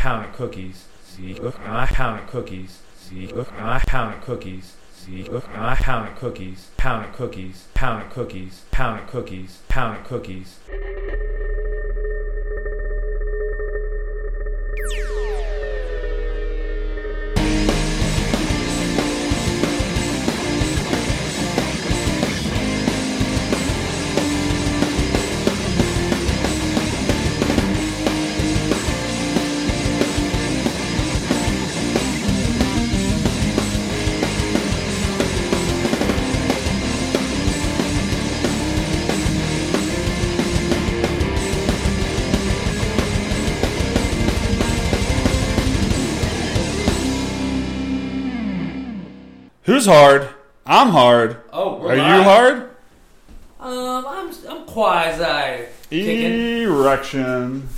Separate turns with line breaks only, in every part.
pound of cookies. See, look, I pound of cookies. See, look, I pound of cookies. See, look, I pound of cookies. Pound of cookies. Pound of cookies. Pound of cookies. Pound of cookies.
Who's hard? I'm hard.
Oh, we're
Are you
live.
hard?
Um, I'm I'm quasi kicking.
Erection.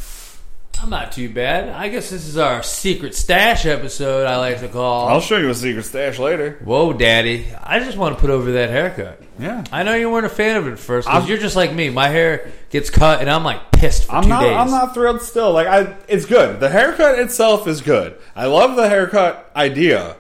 I'm not too bad. I guess this is our secret stash episode. I like to call.
I'll show you a secret stash later.
Whoa, Daddy! I just want to put over that haircut.
Yeah.
I know you weren't a fan of it at first
I'm-
because you're just like me. My hair gets cut, and I'm like pissed for
I'm
two
not.
days.
I'm not thrilled. Still, like I, it's good. The haircut itself is good. I love the haircut idea.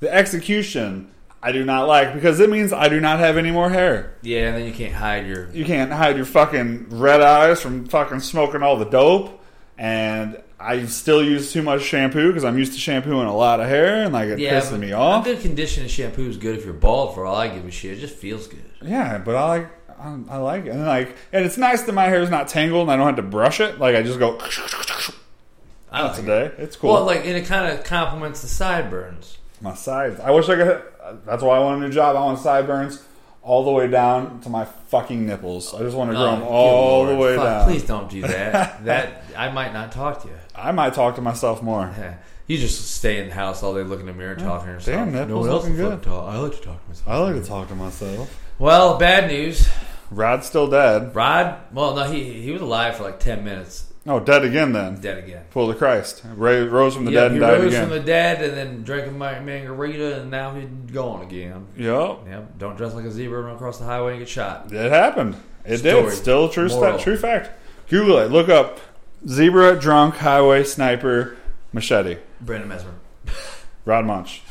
The execution, I do not like because it means I do not have any more hair.
Yeah, and then you can't hide your.
You can't hide your fucking red eyes from fucking smoking all the dope. And I still use too much shampoo because I'm used to shampooing a lot of hair, and like it
Yeah,
pisses
but
me off.
A good conditioning shampoo is good if you're bald. For all I give a shit, it just feels good.
Yeah, but I like I, I like it, and like, and it's nice that my hair's not tangled, and I don't have to brush it. Like I just go
I like it.
today. It's cool.
Well, like, and it kind of complements the sideburns.
my sides. I wish I could. That's why I want a new job. I want sideburns all the way down to my fucking nipples. I just want to grow
Oh,
them
good
all the
Lord.
way
Fuck,
down.
Please don't do that. that I might not talk to you.
I might talk to myself more.
Heh. You just stay in the house all day, looking in the mirror, talking to yourself.
damn,
no
nipples
one else
looking
will
good.
fucking talk. I like to talk to myself.
I like to talk to myself.
Well, bad news.
Rod's still dead.
Rod. Well, no, he he was alive for like ten minutes.
Oh, dead again then.
Dead again.
Full of Christ. Ra- rose from the
Yeah,
dead
he
and died
rose
again.
from the dead and then drank a ma- margarita, and now he's gone again.
yep.
Yep. Don't dress like a zebra, run across the highway, and get shot.
It happened. It
Story.
did. Still true. Sta-
Moral.
true fact. Google it. Look up zebra drunk highway sniper machete.
Brandon Mesmer.
Rod Munch.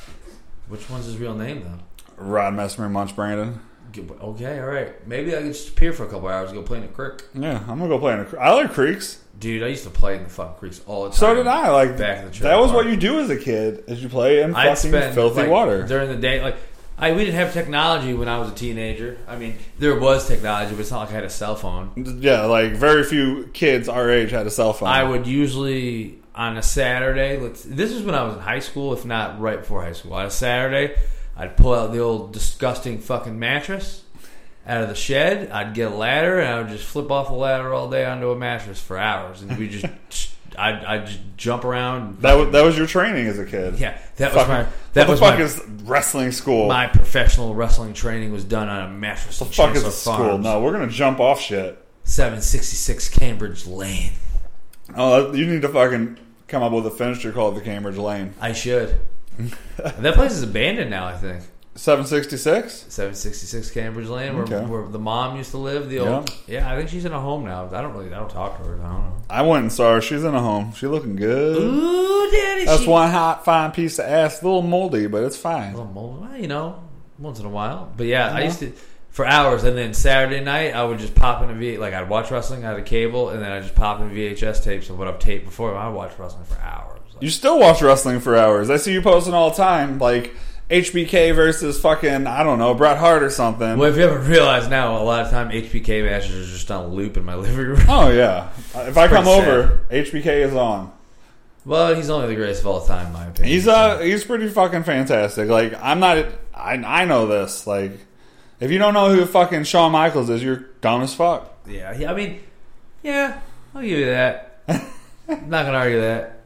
Which one's his real name though?
Rod Messmer Munch Brandon.
G- Okay, all right. Maybe I could just appear for a couple hours, go play in the creek.
Yeah, I'm gonna go play in a. cre- I like creeks.
Dude, I used to play in the fucking creeks all the time.
So did I. Like
Back in the trailer
that was
park.
what you do as a kid, is you play in
I'd
fucking
spend
filthy
like,
water.
during the day. Like I, we didn't have technology when I was a teenager. I mean, there was technology, but it's not like I had a cell phone.
yeah, like very few kids our age had a cell phone.
I would usually on a Saturday. Let's. This is when I was in high school, if not right before high school. On a Saturday, I'd pull out the old disgusting fucking mattress out of the shed. I'd get a ladder and I would just flip off the ladder all day onto a mattress for hours, and we just. I'd, I'd just jump around.
that was that was your training as a kid.
Yeah, that was
Fucking-
my.
what
That
the
was
fuck
my.
is wrestling school?
my professional wrestling training was done on a mattress.
the
in
fuck is
Chancellor
school?
Farms,
No, we're gonna jump off shit.
766 Cambridge Lane.
Oh, you need to fucking come up with a finisher called the Cambridge Lane.
I should. that place is abandoned now, I think.
766?
766 Cambridge Lane, where,
Okay.
where the mom used to live. The
Yeah.
old, yeah. I think she's in a home now. I don't really, I don't talk to her. I don't know.
I went and saw her. She's in a home. She looking good.
Ooh, daddy,
That's
she,
one hot, fine piece of ass. A little moldy, but it's fine.
Well, mo- well, you know, once in a while. But yeah, I used to for hours, and then Saturday night I would just pop in a V. Like I'd watch wrestling, I had a cable, and then I just pop in VHS tapes of what I've taped before. and I watched wrestling for hours. Like,
You still watch wrestling for hours. I see you posting all the time, like HBK versus fucking, I don't know, Bret Hart or something.
Well, if you haven't realized now, a lot of time HBK matches are just on loop in my living room.
Oh, yeah. If I
pretty
come
sad.
over, HBK is on.
well, he's only the greatest of all time, in my opinion.
He's uh he's pretty fucking fantastic. Like I'm not I I know this. Like if you don't know who fucking Shawn Michaels is, you're dumb as fuck.
Yeah, he- I mean, yeah, I'll give you that. I'm not gonna argue that.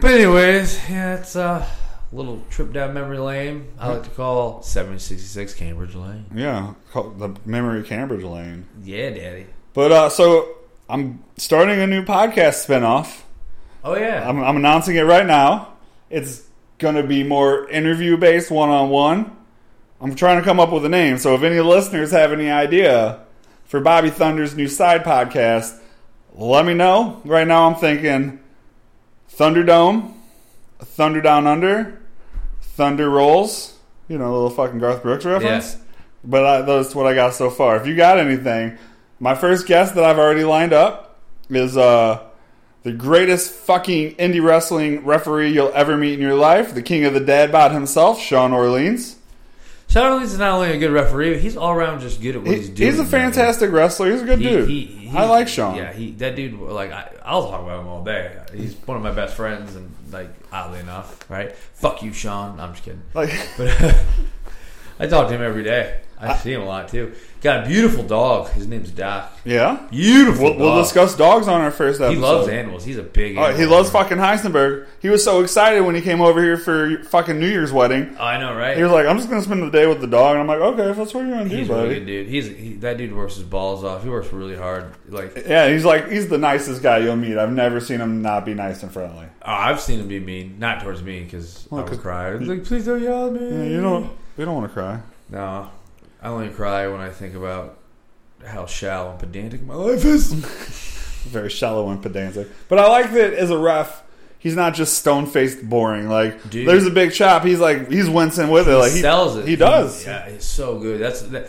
But anyways, yeah, it's a little trip down memory lane. I like to call 766 Cambridge Lane.
Yeah, called the memory Cambridge lane.
Yeah, daddy.
But uh, so I'm starting a new podcast spinoff.
Oh yeah.
I'm, I'm announcing it right now. It's going to be more interview based, one on one. I'm trying to come up with a name. So if any listeners have any idea for Bobby Thunder's new side podcast, let me know. Right now, I'm thinking Thunderdome, Thunder Down Under, Thunder Rolls. You know, a little fucking Garth Brooks reference. But I, that's what I got so far. If you got anything, my first guess that I've already lined up is uh, the greatest fucking indie wrestling referee you'll ever meet in your life, the king of the dad bod himself, Sean Orleans.
Sean Orleans is not only a good referee, but he's all around just good at what
He-
he's
He's,
doing.
a fantastic wrestler. He's a good
man. He-
dude.
he- he-
I like Sean.
Yeah, he that dude. Like I, I'll talk about him all day. He's one of my best friends, and like oddly enough, right? Fuck you, Sean. I'm just kidding.
Like
But uh, I talk to him every day. I, see him a lot too. Got a beautiful dog. His name's Doc.
yeah.
Beautiful.
We'll, we'll
dog.
discuss dogs on our first
He
episode.
loves animals. He's a big.
Oh,
Animal.
he loves fucking Heisenberg. He was so excited when he came over here for your fucking New Year's wedding.
I know,
He
right?
was like, "I'm just gonna spend the day with the dog," and I'm like, "Okay, if that's what you're gonna do,
He's a
buddy."
really good dude. He's he, that dude works his balls off. He works really hard. Like uh,
Yeah, he's like, he's the nicest guy you'll meet. I've never seen him not be nice and friendly.
oh, I've seen him be mean, not towards me because I would
'cause-
cry. He's like, please don't yell at me.
Yeah, you don't, you don't want to cry.
No, I only cry when I think about how shallow and pedantic my life is.
Very shallow and pedantic. But I like that as a ref, he's not just stone faced boring. Like,
Dude.
there's a big chop. He's like, he's wincing with it. Like,
he
he
sells it.
He does.
yeah, he's so good. That's that,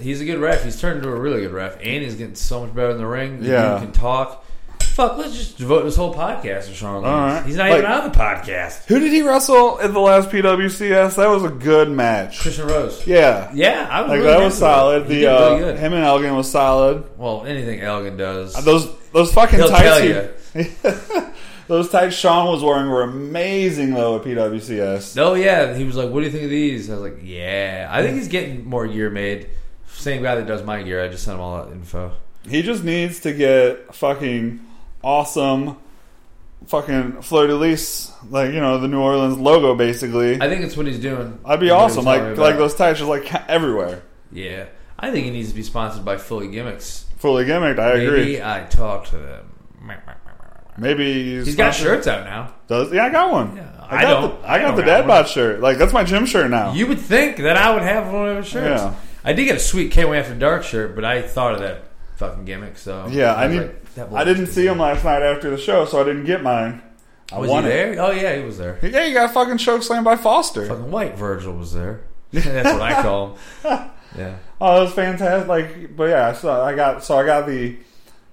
he's a good ref. He's turned into a really good ref, and he's getting so much better in the ring. The
Yeah.
dude can talk. Fuck, let's just devote this whole podcast to Sean.
All
Lewis.
right.
He's not
Like-
even on the podcast.
Who did he wrestle at the last PWCS? That was a good match.
Christian Rose.
Yeah.
Yeah, I was
Like,
really
that was
into it.
solid.
He
The
did
uh,
really good.
Him and Elgin was solid. Uh,
Well, anything Elgin does,
Those those fucking
He'll
tights
tell
he-
ya.
those tights Sean was wearing were amazing though at PWCS.
Oh yeah, he was like, "What do you think of these?" I was like, "Yeah, I think he's getting more gear made." Same guy that does my gear. I just sent him all that info.
He just needs to get fucking awesome fucking fleur de lis, like you know the New Orleans logo basically.
I think it's what he's doing.
That'd
What
be
he was
awesome.
telling me
Like
about.
like those tights just like ca- everywhere.
Yeah, I think he needs to be sponsored by Philly Gimmicks.
Fully gimmicked. I agree.
Maybe I talk to them.
Maybe
He's got shirts out now.
Does yeah? I got one.
Yeah,
I
I
got
don't-
The, I
I
got
don't
the
got
dad
one.
bod shirt. Like that's my gym shirt now.
You would think that I would have one of his shirts.
Oh. Yeah.
I did get a sweet Can't Wait After Dark shirt, but I thought of that fucking gimmick. So
yeah, I
was
need.
like, that
I didn't see him last night after the show, so I didn't get mine. I
Was he
won it.
there? Oh yeah, he was there.
Yeah, you got fucking choke slammed by Foster.
Fucking white Virgil was there. That's what I call him. Yeah.
Oh, it was fantastic! Like, but yeah, so I got so I got the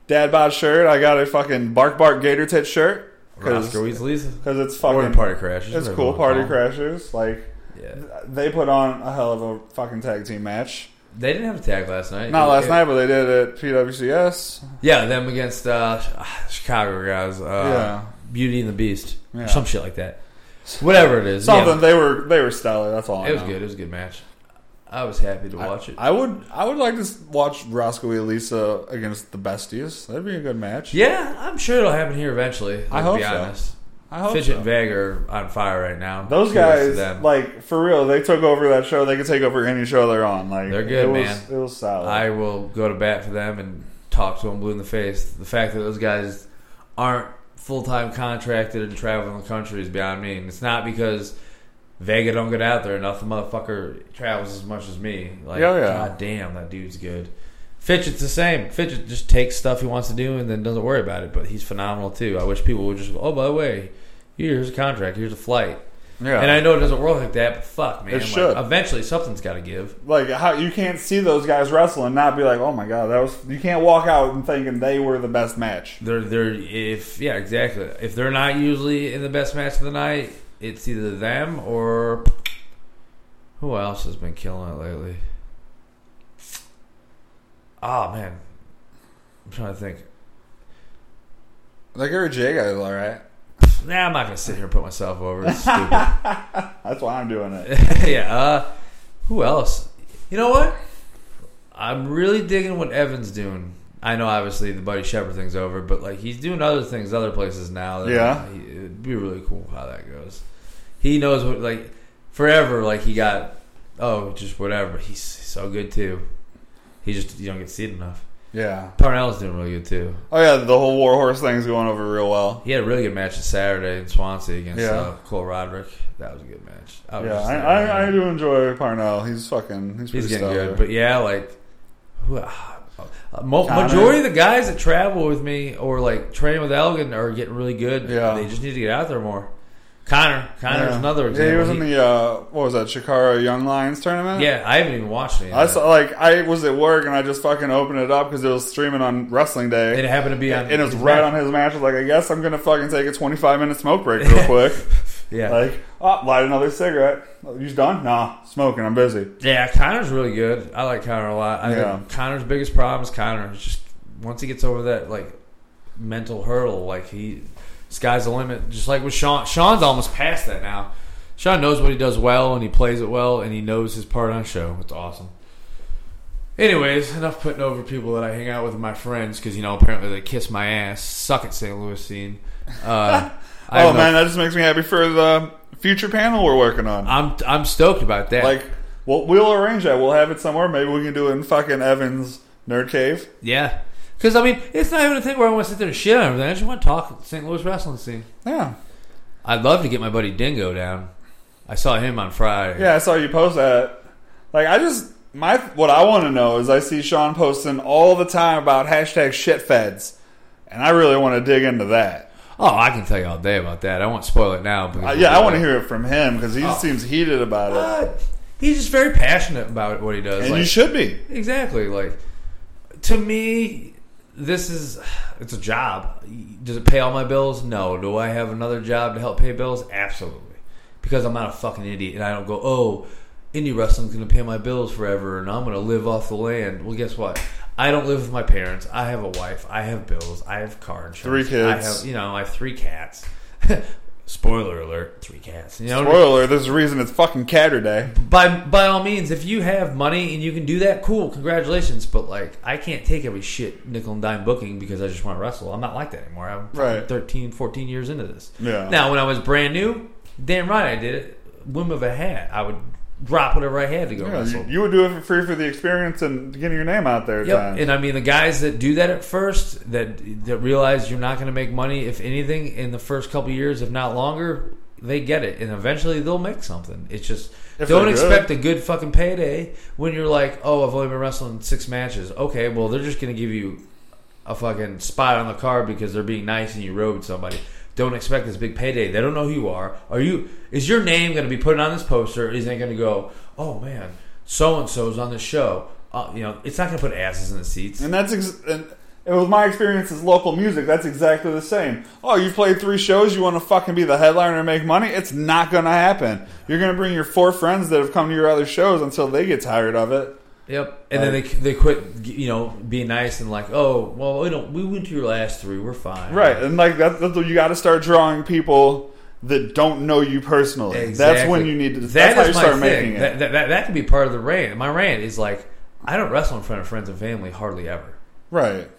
dad bod shirt. I got a fucking bark bark gator tit shirt because
Oscar Weasley's
it's
or
fucking
Party Crashers.
It's
whatever
cool.
you wanna
Party
call 'em.
crashers. Like
Yeah.
they put on a hell of a fucking tag team match.
They didn't have a tag last night.
Not last
Yeah.
night, but they did it at PWCS.
Yeah, them against uh, Chicago guys. Uh,
Yeah.
Beauty and the Beast.
Yeah.
Some shit like that. Whatever it is.
Something
Yeah.
they were they were stellar. That's all. I
It was
know.
good. It was a good match. I was happy to watch it.
I would I would like to s- watch Roscoe Elisa against the Besties. That'd be a good match.
yeah, I'm sure it'll happen here eventually.
I
to
hope
be
so.
honest.
I hope
Fidget
so.
and Veg are on fire right now.
Those
Kudos to
guys,
them.
like for real, they took over that show. They could take over any show they're on. Like
They're good,
it was,
man.
It was solid.
I will go to bat for them and talk to them blue in the face. The fact that those guys aren't full time contracted and traveling the country is beyond me. And it's not because Vega don't get out there enough. The motherfucker travels as much as me. Like,
Oh, Yeah, yeah.
god damn, that dude's good. Fidget's the same. Fidget just takes stuff he wants to do and then doesn't worry about it. But he's phenomenal too. I wish people would just go, oh, by the way, here's a contract, here's a flight.
yeah,
And I know it doesn't work like that, but fuck, man.
It
like,
should.
eventually, something's got to give.
like how you can't see those guys wrestle and not be like, oh my god, that was. You can't walk out and thinking they were the best match.
They're they're if yeah exactly if they're not usually in the best match of the night, it's either them or who else has been killing it lately. Ah man, I'm trying to think.
That Gary J guy was all right.
Nah, I'm not gonna sit here and put myself over. It's stupid.
That's why I'm doing it.
yeah. Uh, who else? You know what? I'm really digging what Evan's doing. I know obviously the Buddy Shepard thing's over, but like he's doing other things, other places now. That,
Yeah.
he- it'd be really cool how that goes. He knows what like forever. Like he got oh just whatever. He's so good too. He just you don't get seen enough.
Yeah.
Parnell's doing really good too.
Oh yeah, the whole Warhorse thing's going over real well.
He had a really good match this Saturday in Swansea against
Yeah.
uh, Cole Roderick. That was a good match. I was
Yeah,
Oh, just
I,
there, man.
I, I do enjoy Parnell. He's fucking. He's
He's
pretty
getting
stellar.
good, but yeah, like who, ah, Uh, mo-
Connor.
majority of the guys that travel with me or like train with Elgin are getting really good.
Yeah.
They just need to get out there more. Connor, Connor's
Yeah.
another example.
Yeah, he was in
He-
the uh, what was that Shikara Young Lions tournament.
yeah, I haven't even watched it.
I saw like I was at work and I just fucking opened it up because it was streaming on Wrestling Day.
It happened to be on.
and it was right on his match. I was like, I guess I'm gonna fucking take a 25 minute smoke break real quick.
Yeah,
like, oh, light another cigarette. Oh, You done? Nah, smoking. I'm busy.
yeah. Connor's really good. I like Connor a lot. I
Yeah.
think Connor's biggest problem is Connor. It's just once he gets over that like mental hurdle, like he sky's the limit. Just like with Sean, Sean's almost past that now. Sean knows what he does well and he plays it well and he knows his part on show. It's awesome. Anyways, enough putting over people that I hang out with my friends because you know apparently they kiss my ass. Suck it, St. Louis scene. Uh, I
oh
don't know.
man, that just makes me happy for the future panel we're working on.
I'm I'm stoked about that.
like, well, we'll arrange that. We'll have it somewhere. Maybe we can do it in fucking Evans Nerd Cave.
Yeah. Because, I mean, it's not even a thing where I want to sit there and shit on everything. I just want to talk St. Louis wrestling scene.
Yeah,
I'd love to get my buddy Dingo down. I saw him on Friday.
yeah. I saw you post that. Like, I just my what I want to know is I see Sean posting all the time about hashtag shit feds, and I really want to dig into that.
Oh, I can tell you all day about that. I won't spoil it now. Because
Uh, yeah, I want to hear it from him because he seems heated about it,
Uh, he's just very passionate about what he does.
and
Like,
you should be.
Exactly. Like to me, this is it's a job. Does it pay all my bills? No. Do I have another job to help pay bills? Absolutely. Because I'm not a fucking idiot and I don't go, oh, indie wrestling's gonna pay my bills forever and I'm gonna live off the land. Well, guess what? I don't live with my parents. I have a wife. I have bills. I have car insurance.
Three
I
kids.
have, you know, I have three cats. Spoiler alert: three cats. You know, what I mean?
Spoiler: There's a reason it's fucking Catter Day.
by by all means, if you have money and you can do that, cool, congratulations. But like, I can't take every shit nickel and dime booking because I just want to wrestle. I'm not like that anymore. I'm
Right.
13, 14 years into this.
Yeah.
Now, when I was brand new, damn right I did it. Whim of a hat, I would drop whatever I had to go
Yeah,
wrestle.
you, you would do it for free for the experience and getting your name out there. at
Yep.
times.
And I mean, the guys that do that at first, that that realize you're not going to make money, if anything, in the first couple years, if not longer, they get it, and eventually they'll make something. It's just
If
don't
they're good.
expect a good fucking payday when you're like, oh, I've only been wrestling six matches. Okay, well, they're just going to give you a fucking spot on the card because they're being nice and you rode somebody. Don't expect this big payday. They don't know who you are. Are you? Is your name going to be put on this poster? Isn't it going to go? Oh man, so and so's on the show. Uh, you know, it's not going to put asses in the seats.
And that's ex- and it was my experience as local music. That's exactly the same. Oh, you played three shows. You want to fucking be the headliner and make money? It's not going to happen. You're going to bring your four friends that have come to your other shows until they get tired of it.
Yep. And then they they quit. You know, being nice and like, oh, well, we don't. We went to your last three. We're fine.
Right, and like that's, that's what you got to start drawing people that don't know you personally. That's
Exactly.
when you need to.
That
that's how
is
you
my
start
thing.
making it.
That, that, that, that could be part of the rant. My rant is like, I don't wrestle in front of friends and family hardly ever.
right.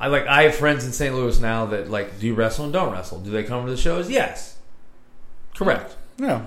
I like I have friends in St. Louis now that like do you wrestle and don't wrestle. Do they come to the shows? Yes. Correct.
Yeah.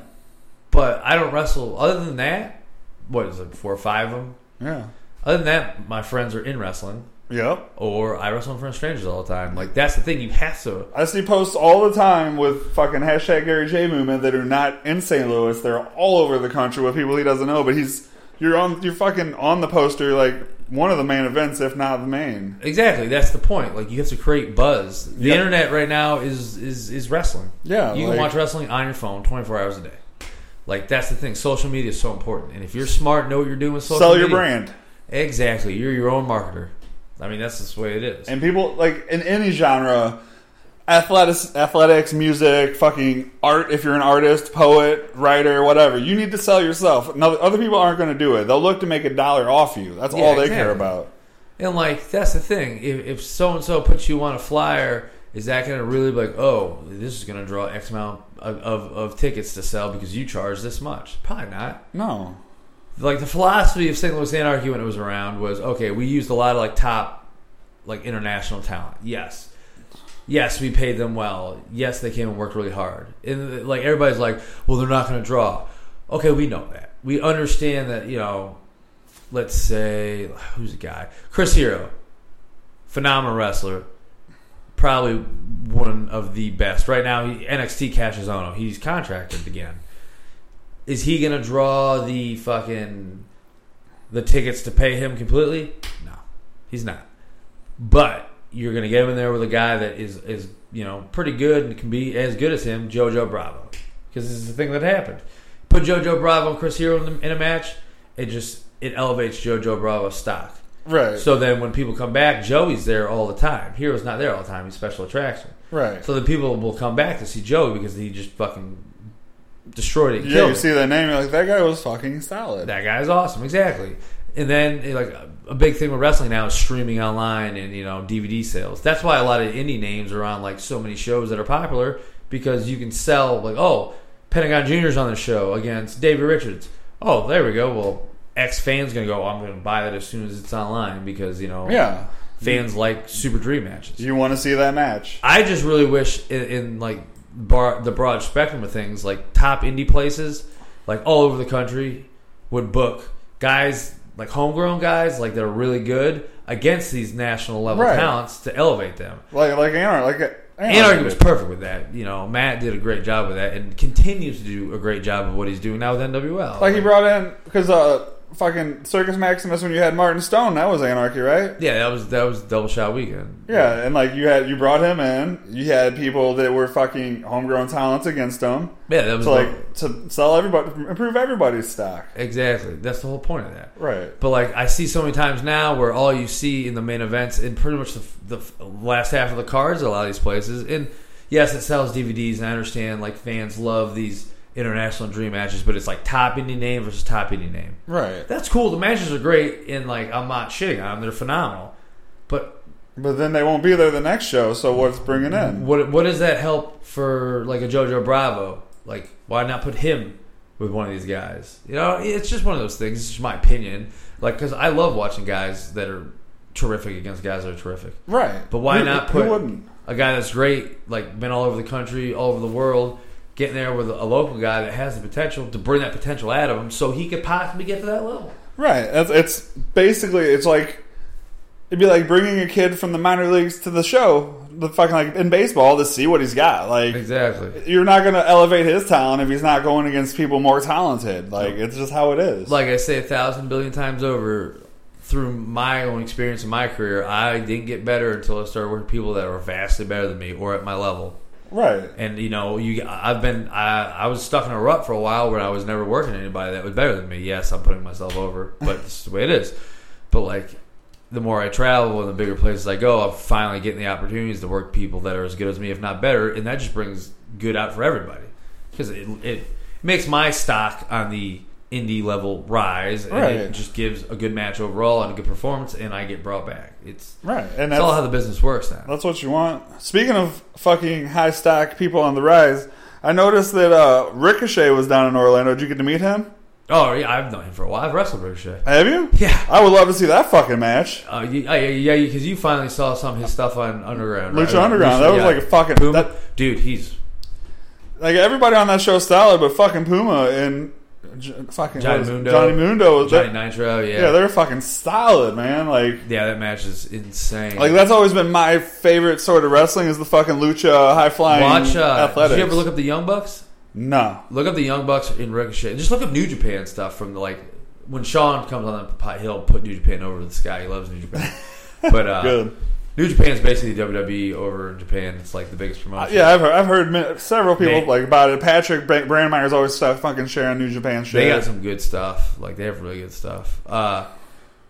But I don't wrestle other than that, what is it, four or five of them?
Yeah.
Other than that, my friends are in wrestling
Yep.
or I wrestle in front of strangers all the time. Like that's the thing you have to
I see posts all the time with fucking hashtag Gary J movement that are not in St. Louis. They're all over the country with people he doesn't know, but he's you're on you're fucking on the poster like one of the main events, if not the main.
Exactly, that's the point. Like you have to create buzz. The
Yep.
internet right now is is is wrestling.
Yeah,
You
like-
can watch wrestling on your phone 24 hours a day. Like that's the thing. Social media is so important. And if you're smart, know what you're doing with social
Sell
media.
your brand.
Exactly. You're your own marketer. I mean, that's just the way it is.
And people like in any genre, athletics, athletics, music, fucking art. If you're an artist, poet, writer, whatever, you need to sell yourself. Now, other people aren't going to do it. They'll look to make a dollar off you. That's
Yeah,
all they care
exactly.
about.
And like that's the thing. If, if so and so puts you on a flyer, is that going to really be like, oh, this is going to draw X amount of, of, of tickets to sell because you charge this much? Probably not.
No.
like the philosophy of St. Louis Anarchy when it was around was okay, we used a lot of like top like international talent. Yes. Yes, we paid them well. Yes, they came and worked really hard. And like everybody's like, well, they're not going to draw. Okay, we know that. We understand that, you know, let's say who's the guy? Chris Hero. Phenomenal wrestler. Probably one of the best. Right now, he, NXT cashes on him. He's contracted again is he gonna draw the fucking the tickets to pay him completely? No. He's not. But you're going to get him in there with a guy that is is you know pretty good and can be as good as him, JoJo Bravo, because this is the thing that happened. Put JoJo Bravo and Chris Hero in, the, in a match, it just it elevates JoJo Bravo's stock.
Right.
So then when people come back, Joey's there all the time. Hero's not there all the time. He's special attraction.
right.
So then people will come back to see Joey because he just fucking destroyed it. and
yeah,
killed
you
it.
see that name, you're like, that guy was fucking solid.
That guy's awesome, exactly. And then eh, like a- a big thing with wrestling now is streaming online and you know DVD sales. That's why a lot of indie names are on like so many shows that are popular because you can sell like oh Pentagon Junior's on the show against David Richards. Oh, there we go. Well, X fans gonna go. "Oh, I'm gonna buy that as soon as it's online because you know
yeah.
fans like Super Dream matches.
You want to see that match.
I just really wish in, in like bar, the broad spectrum of things, like top indie places, like all over the country, would book guys like homegrown guys, like they're really good against these national level
Right.
talents to elevate them.
Like, like Anarchy. Like,
Anarchy was perfect with that. You know, Matt did a great job with that and continues to do a great job of what he's doing now with NWL.
Like, he brought in, because, uh, fucking Circus Maximus, when you had Martin Stone, that was Anarchy, right?
yeah, that was that was double shot weekend.
Yeah, and like you had you brought him in, you had people that were fucking homegrown talents against him
yeah, that was
to like to sell everybody, improve everybody's stock.
exactly. That's the whole point of that.
Right.
But like I see so many times now where all you see in the main events and pretty much the, the last half of the cards at a lot of these places. And yes, it sells DVDs, and I understand like fans love these international dream matches, but it's like top indie name versus top indie name.
Right.
That's cool. The matches are great, and like I'm not shitting on them; they're phenomenal. But
But then they won't be there the next show, so what's bringing in?
what what does that help for like a JoJo Bravo? Like, why not put him with one of these guys? You know, it's just one of those things. It's just my opinion. Like, because I love watching guys that are terrific against guys that are terrific.
Right.
But why
Who-
not
Who
put-
wouldn't?
A guy that's great, like been all over the country, all over the world, getting there with a local guy that has the potential to bring that potential out of him, so he could possibly get to that level.
Right. That's it's basically it's like it'd be like bringing a kid from the minor leagues to the show, the fucking like in baseball to see what he's got. Like
Exactly.
you're not going to elevate his talent if he's not going against people more talented. Like it's just how it is.
Like I say a thousand billion times over, through my own experience in my career, I didn't get better until I started working with people that were vastly better than me or at my level.
right.
And you know, you I've been I, I was stuck in a rut for a while where I was never working with anybody that was better than me. Yes, I'm putting myself over, but this is the way it is. But like the more I travel and the bigger places I go, I'm finally getting the opportunities to work people that are as good as me, if not better, and that just brings good out for everybody because it, it makes my stock on the indie level rise, and
Right.
it just gives a good match overall and a good performance, and I get brought back. It's
Right. And
it's
that's
all how the business works now.
That's what you want. Speaking of fucking high stock people on the rise, I noticed that uh, Ricochet was down in Orlando. Did you get to meet him?
Oh yeah, I've known him for a while. I've wrestled Ricochet.
Have you?
Yeah.
I would love to see that fucking match.
Uh, you, uh, yeah, yeah, because you finally saw some of his stuff on Underground.
Lucha Underground. That was
yeah.
like a fucking-
Puma.
that-
dude. He's
Like everybody on that show is solid, but fucking Puma and J- fucking
Johnny
what is-
Mundo.
Johnny Mundo was
Johnny
that-
Nitro. Yeah,
yeah, they're fucking solid, man. Like
yeah, that match is insane.
like that's always been my favorite sort of wrestling is the fucking lucha high flying
Watch. Uh,
athletics.
did you ever look up the Young Bucks?
no.
Look up the Young Bucks in Ricochet. Just look up New Japan stuff from the like when Sean comes on the pot, he'll put New Japan over the sky. He loves New Japan. but uh,
Good.
New Japan's basically WWE over in Japan. It's like the biggest promotion.
Yeah, I've heard, I've heard mi- several people
Nate.
like about it. Patrick Bra- Brandmeyer's always stuff fucking sharing New Japan shit.
They got some good stuff. Like they have really good stuff. Uh,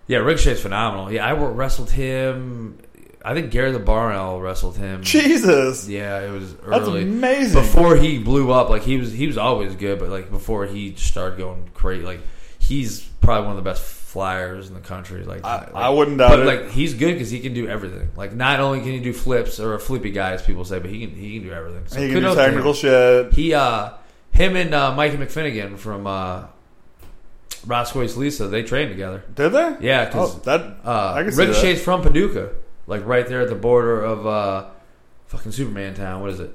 yeah, Ricochet's phenomenal. Yeah, I wor- wrestled him. I think Gary the Barn Owl wrestled him.
Jesus,
Yeah, it was
that's
early
amazing.
before he blew up. Like he was, he was always good, but like before he started going crazy, like he's probably one of the best flyers in the country. Like
I,
like-
I wouldn't doubt
But
it.
like he's good because he can do everything. Like not only can he do flips or a flippy guy, as people say, but he can he can do everything. So
he can do
kudos to him.
technical shit.
He, uh, him and uh, Mikey McFinnigan from uh, Roscoe's Lisa, they trained together.
Did they?
Yeah,
Oh,
because
that
uh,
I can see that.
Ricochet's from Paducah, like right there at the border of uh, fucking Superman Town. What is it?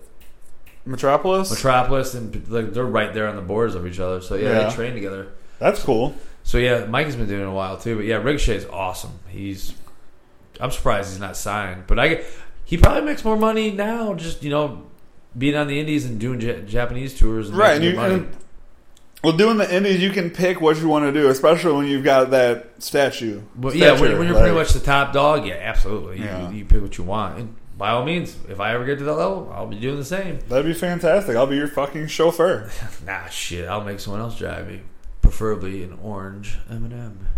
Metropolis.
Metropolis, and like, they're right there on the borders of each other. So yeah,
Yeah.
they train together.
that's cool.
So yeah, Mikey's been doing it a while too. But yeah, Ricochet's awesome. He's, I'm surprised he's not signed, but I, he probably makes more money now. Just you know, being on the Indies and doing J- Japanese tours, and making
Right, and you,
good money.
and Well, doing the indies, you can pick what you want to do, especially when you've got that statue.
But yeah, when,
stature,
when you're
like-
pretty much the top dog, yeah, absolutely. You,
Yeah.
you pick what you want. And by all means, if I ever get to that level, I'll be doing the same.
That'd be fantastic. I'll be your fucking chauffeur.
Nah, shit, I'll make someone else drive me, preferably an orange M&M.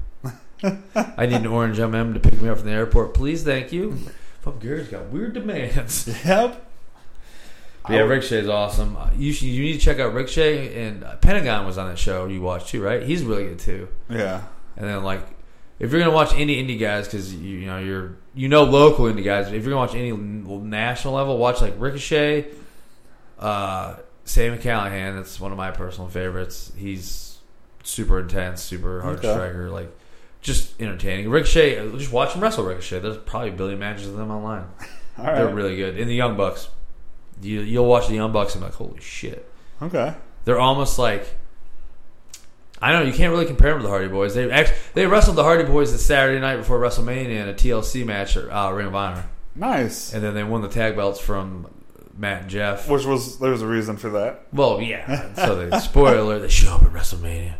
I need an orange M&M to pick me up from the airport, please. Thank you. Fuck, Gary's got weird demands.
Yep.
But yeah, Ricochet's awesome. You should, you need to check out Ricochet and uh, Pentagon was on that show you watched too, right? He's really good too.
Yeah.
And then like, if you're gonna watch any indie guys, because you, you know you're you know local indie guys, but if you're gonna watch any n- national level, watch like Ricochet, uh, Sammy Callahan. That's one of my personal favorites. He's super intense, super hard
Okay.
striker, like just entertaining. Ricochet, uh, just watch him wrestle Ricochet. There's probably a billion matches of them online.
All right.
They're really good. And the Young Bucks, you, you'll watch the Young Bucks and be like, holy shit.
okay.
They're almost like I don't know. You can't really compare them to the Hardy Boys. They actually, they wrestled the Hardy Boys this Saturday night before WrestleMania in a TLC match at uh, Ring of Honor,
Nice.
and then they won the tag belts from Matt and Jeff.
Which was there was a reason for that.
Well, yeah. So they spoiler alert, they show up at WrestleMania.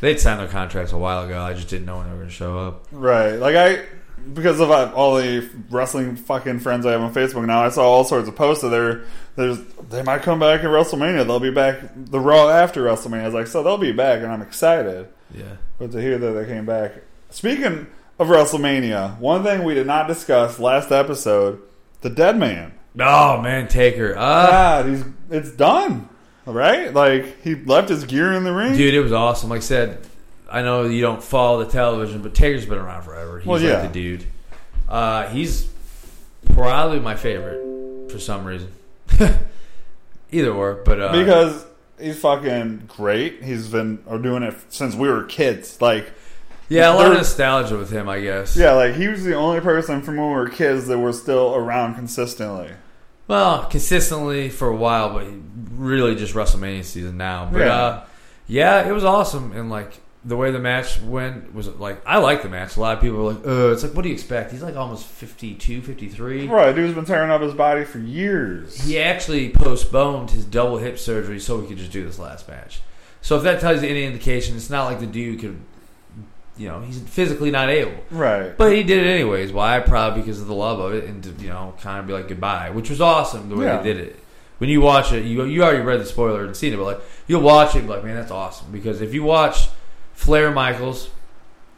They'd signed their contracts a while ago. I just didn't know when they were going to show up.
Right. Like I because of uh, all the wrestling fucking friends I have on Facebook now, I saw all sorts of posts that they're there's they might come back at WrestleMania. They'll be back the Raw after WrestleMania. I was like, so they'll be back, and I'm excited.
Yeah.
But to hear that they came back. Speaking of WrestleMania, one thing we did not discuss last episode: the Dead Man.
Oh man, Taker. Uh,
God, he's it's done, right? Like he left his gear in the ring.
dude, it was awesome. Like I said, I know you don't follow the television, but Taker's been around forever. He's
Well, yeah.
like the dude. Uh, he's probably my favorite for some reason. Either or, but uh,
because he's fucking great. He's been or doing it since we were kids. Like
yeah, a lot of
there-
nostalgia with him, I guess.
yeah, like he was the only person from when we were kids that were still around consistently.
Well, consistently for a while, but really just WrestleMania season now. But
Yeah.
yeah. uh yeah, it was awesome and like the way the match went was like I like the match. A lot of people were like, "Uh, it's like what do you expect? He's like almost 52, 53.
Right, dude's been tearing up his body for years.
He actually postponed his double hip surgery so he could just do this last match. So if that tells you any indication, it's not like the dude could you know, he's physically not able.
Right.
But he did it anyways. Why? Probably because of the love of it, and to, you know, kind of be like goodbye, which was awesome the way
Yeah.
they did it. When you watch it, you you already read the spoiler and seen it, but like you'll watch it, and be like man, that's awesome. Because if you watch Flair Michaels,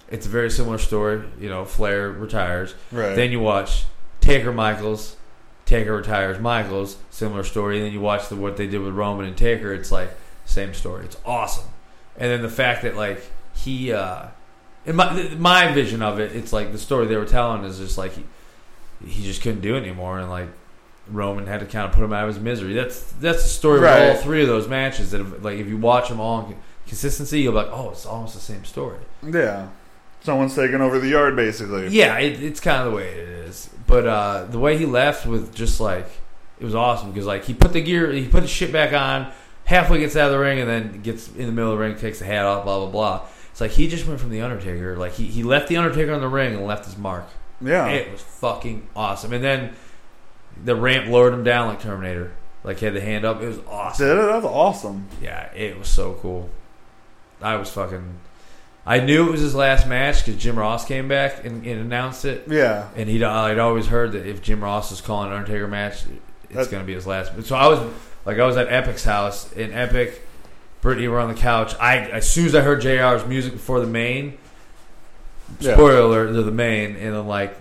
it's a very similar story. You know, Flair retires.
Right.
Then you watch Taker Michaels. Taker retires Michaels. Similar story. And then you watch the, what they did with Roman and Taker. It's like same story. It's awesome. And then the fact that like he, uh, in my th- my vision of it, it's like the story they were telling is just like he, he just couldn't do it anymore, and like Roman had to kind of put him out of his misery. That's that's the story
Right.
with all three of those matches. That have, like if you watch them all in consistency, you'll be like, oh, it's almost the same story.
yeah. Someone's taking over the yard basically.
Yeah, it, it's kind of the way it is. But uh, the way he left with just like it was awesome because like he put the gear, he put the shit back on, halfway gets out of the ring, and then gets in the middle of the ring, takes the hat off, blah blah blah. It's like he just went from the Undertaker. Like he, he left the Undertaker on the ring and left his mark.
Yeah.
It was fucking awesome. And then the ramp lowered him down like Terminator. Like he had the hand up. It was awesome.
Did it? That's awesome.
Yeah, it was so cool. I was fucking. I knew it was his last match because Jim Ross came back and, and announced it.
Yeah.
And he'd uh, I'd always heard that if Jim Ross is calling an Undertaker match, it's
That-
going to be his last. So I was like, I was at Epic's house, and Epic, Brittany were on the couch. I as soon as I heard JR's music before the main,
Yeah.
spoiler alert, they're the main, and then like,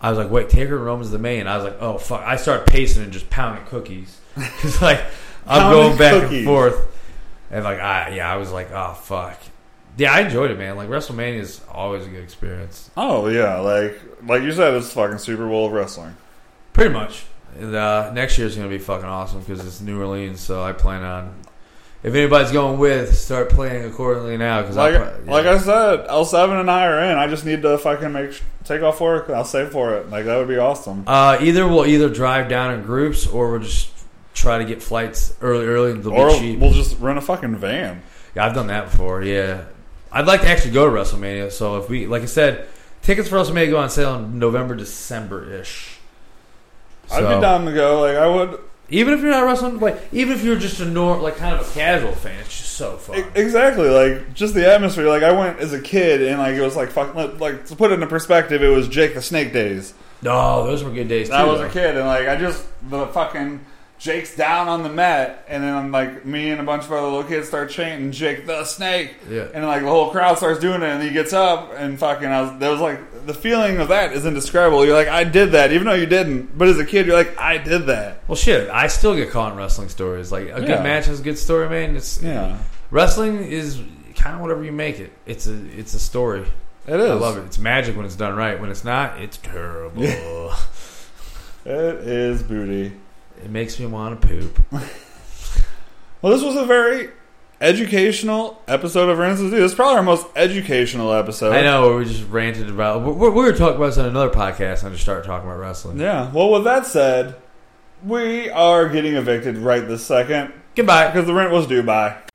I was like, wait, Taker and Roman's the main. I was like, oh fuck, I started pacing and just pounding cookies because like I'm
Pounding
going back
cookies.
and forth, and like I yeah, I was like, oh fuck, yeah, I enjoyed it, man. Like WrestleMania is always a good experience.
Oh yeah, like like you said, it's fucking Super Bowl of wrestling.
Pretty much. And, uh, next year's going to be fucking awesome because it's New Orleans, so I plan on. If anybody's going with, start planning accordingly now. Cause
Like,
I, pro- yeah.
like I said, L seven and I are in. I just need to fucking make take off work. I'll save for it. Like that would be awesome.
uh, either we'll either drive down in groups or we'll just try to get flights early, early, and they'll
Or
be cheap.
we'll just rent a fucking van.
yeah, I've done that before. Yeah, I'd like to actually go to WrestleMania. So if we, like I said, tickets for WrestleMania go on sale in November, December ish.
I'd be down to go. Like I would.
Even if you're not wrestling, like even if you're just a norm, like kind of a casual fan, it's just so fun.
E- Exactly, like just the atmosphere. Like I went as a kid, and like it was like fuck. Like to put it into perspective, it was Jake the Snake days.
No, those were good days. Too,
I was
though.
a kid, and like I just the fucking Jake's down on the mat, and then I'm like me and a bunch of other little kids start chanting Jake the Snake,
Yeah.
and like the whole crowd starts doing it, and he gets up and fucking. I was there was like the feeling of that is indescribable. You're like I did that, even though you didn't. But as a kid, you're like I did that.
Well, shit, I still get caught in wrestling stories. Like a
Yeah.
good match is a good story, man. It's
Yeah,
wrestling is kind of whatever you make it. It's a it's a story.
it is.
I love it. It's magic when it's done right. When it's not, it's terrible.
It is booty.
it makes me want to poop.
Well, this was a very educational episode of Renaissance Dude. This is probably our most educational episode.
I know where we just ranted about. We, we we were talking about this on another podcast, and I just started talking about wrestling.
Yeah. Well, with that said, we are getting evicted right this second
Goodbye.
because the rent was due by.